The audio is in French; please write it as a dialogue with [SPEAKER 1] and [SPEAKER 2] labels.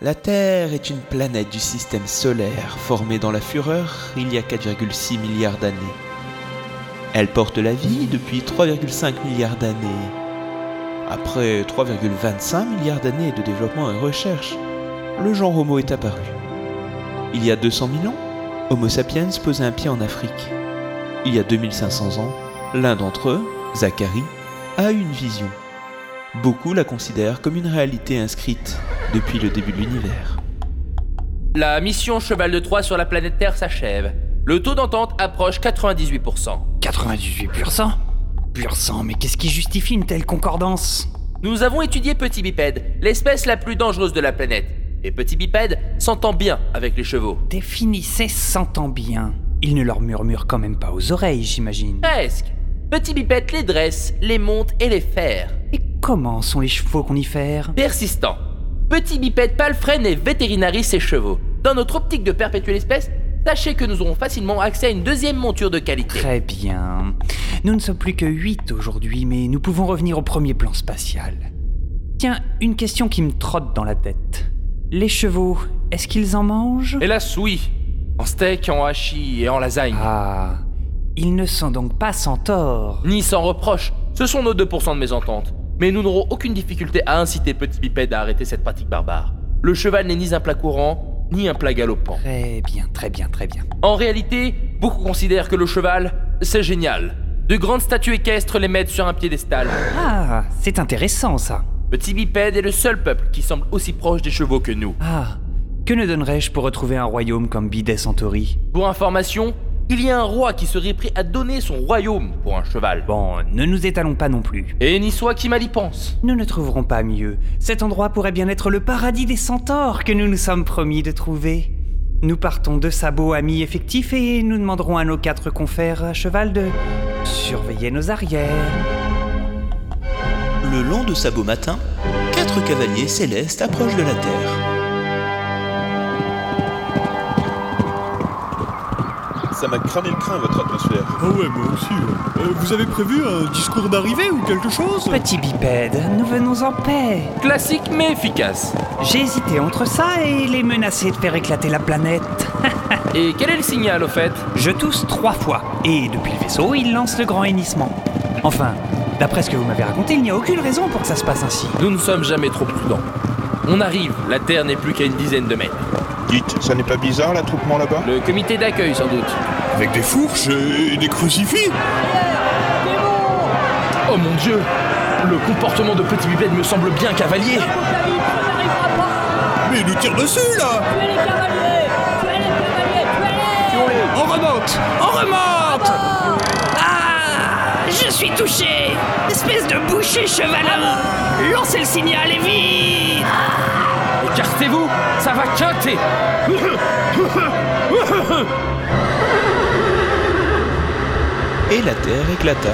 [SPEAKER 1] La Terre est une planète du système solaire formée dans la fureur il y a 4,6 milliards d'années. Elle porte la vie depuis 3,5 milliards d'années. Après 3,25 milliards d'années de développement et recherche, le genre Homo est apparu. Il y a 200 000 ans, Homo sapiens posait un pied en Afrique. Il y a 2500 ans, l'un d'entre eux, Zacharie, a une vision. Beaucoup la considèrent comme une réalité inscrite depuis le début de l'univers.
[SPEAKER 2] La mission Cheval de Troie sur la planète Terre s'achève. Le taux d'entente approche 98%.
[SPEAKER 3] 98% Pur sang, mais qu'est-ce qui justifie une telle concordance
[SPEAKER 2] Nous avons étudié Petit Bipède, l'espèce la plus dangereuse de la planète. Et Petit Bipède s'entend bien avec les chevaux.
[SPEAKER 3] Définissez s'entend bien. Il ne leur murmure quand même pas aux oreilles, j'imagine.
[SPEAKER 2] Presque. Petit Bipède les dresse, les monte et les ferre.
[SPEAKER 3] Et comment sont les chevaux conifères
[SPEAKER 2] Persistant. Petit Bipède palefrène et vétérinariste ses chevaux. Dans notre optique de perpétuer l'espèce, sachez que nous aurons facilement accès à une deuxième monture de qualité.
[SPEAKER 3] Très bien. Nous ne sommes plus que 8 aujourd'hui, mais nous pouvons revenir au premier plan spatial. Tiens, une question qui me trotte dans la tête. Les chevaux, est-ce qu'ils en mangent
[SPEAKER 2] Hélas, oui. En steak, en hachis et en lasagne.
[SPEAKER 3] Ah, ils ne sont donc pas sans tort.
[SPEAKER 2] Ni sans reproche, ce sont nos 2% de mésententes. Mais nous n'aurons aucune difficulté à inciter Petit Bipède à arrêter cette pratique barbare. Le cheval n'est ni un plat courant, ni un plat galopant.
[SPEAKER 3] Très bien, très bien, très bien.
[SPEAKER 2] En réalité, beaucoup considèrent que le cheval, c'est génial. De grandes statues équestres les mettent sur un piédestal.
[SPEAKER 3] Ah, c'est intéressant ça.
[SPEAKER 2] Petit Bipède est le seul peuple qui semble aussi proche des chevaux que nous.
[SPEAKER 3] Ah, que ne donnerais-je pour retrouver un royaume comme Bidet Centauri
[SPEAKER 2] Pour information, il y a un roi qui serait prêt à donner son royaume pour un cheval.
[SPEAKER 3] Bon, ne nous étalons pas non plus.
[SPEAKER 2] Et ni soit qui mal y pense.
[SPEAKER 3] Nous ne trouverons pas mieux. Cet endroit pourrait bien être le paradis des centaures que nous nous sommes promis de trouver. Nous partons de sabots amis effectifs et nous demanderons à nos quatre confrères à cheval de surveiller nos arrières.
[SPEAKER 1] Le long de sabot matin, quatre cavaliers célestes approchent de la Terre.
[SPEAKER 4] Ça m'a cramé le crin, votre atmosphère.
[SPEAKER 5] Ah ouais, moi aussi. ouais. Euh, vous avez prévu un discours d'arrivée ou quelque chose
[SPEAKER 3] Petit bipède, nous venons en paix.
[SPEAKER 2] Classique mais efficace.
[SPEAKER 3] J'ai hésité entre ça et les menacer de faire éclater la planète.
[SPEAKER 2] Et quel est le signal au fait
[SPEAKER 3] Je tousse trois fois et depuis le vaisseau, il lance le grand hennissement. Enfin, d'après ce que vous m'avez raconté, il n'y a aucune raison pour que ça se passe ainsi.
[SPEAKER 2] Nous ne sommes jamais trop prudents. On arrive, la Terre n'est plus qu'à une dizaine de mètres.
[SPEAKER 4] Dites, ça n'est pas bizarre l'attroupement là-bas
[SPEAKER 2] Le comité d'accueil sans doute.
[SPEAKER 5] Avec des fourches et des crucifix
[SPEAKER 2] Oh mon dieu Le comportement de Petit Bipède me semble bien cavalier
[SPEAKER 5] Mais ils nous tirent dessus là On remonte On remonte
[SPEAKER 6] Ah Je suis touché Espèce de boucher chevalin Lancez le signal et vite
[SPEAKER 2] Écartez-vous Ça va quinter
[SPEAKER 1] Et la Terre éclata.